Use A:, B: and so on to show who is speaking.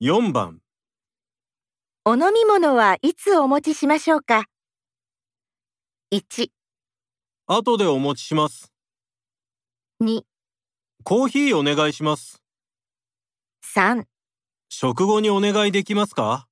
A: 4番、
B: お飲み物はいつお持ちしましょうか ?1、
A: 後でお持ちします。
B: 2、
A: コーヒーお願いします。
B: 3
A: 食後にお願いできますか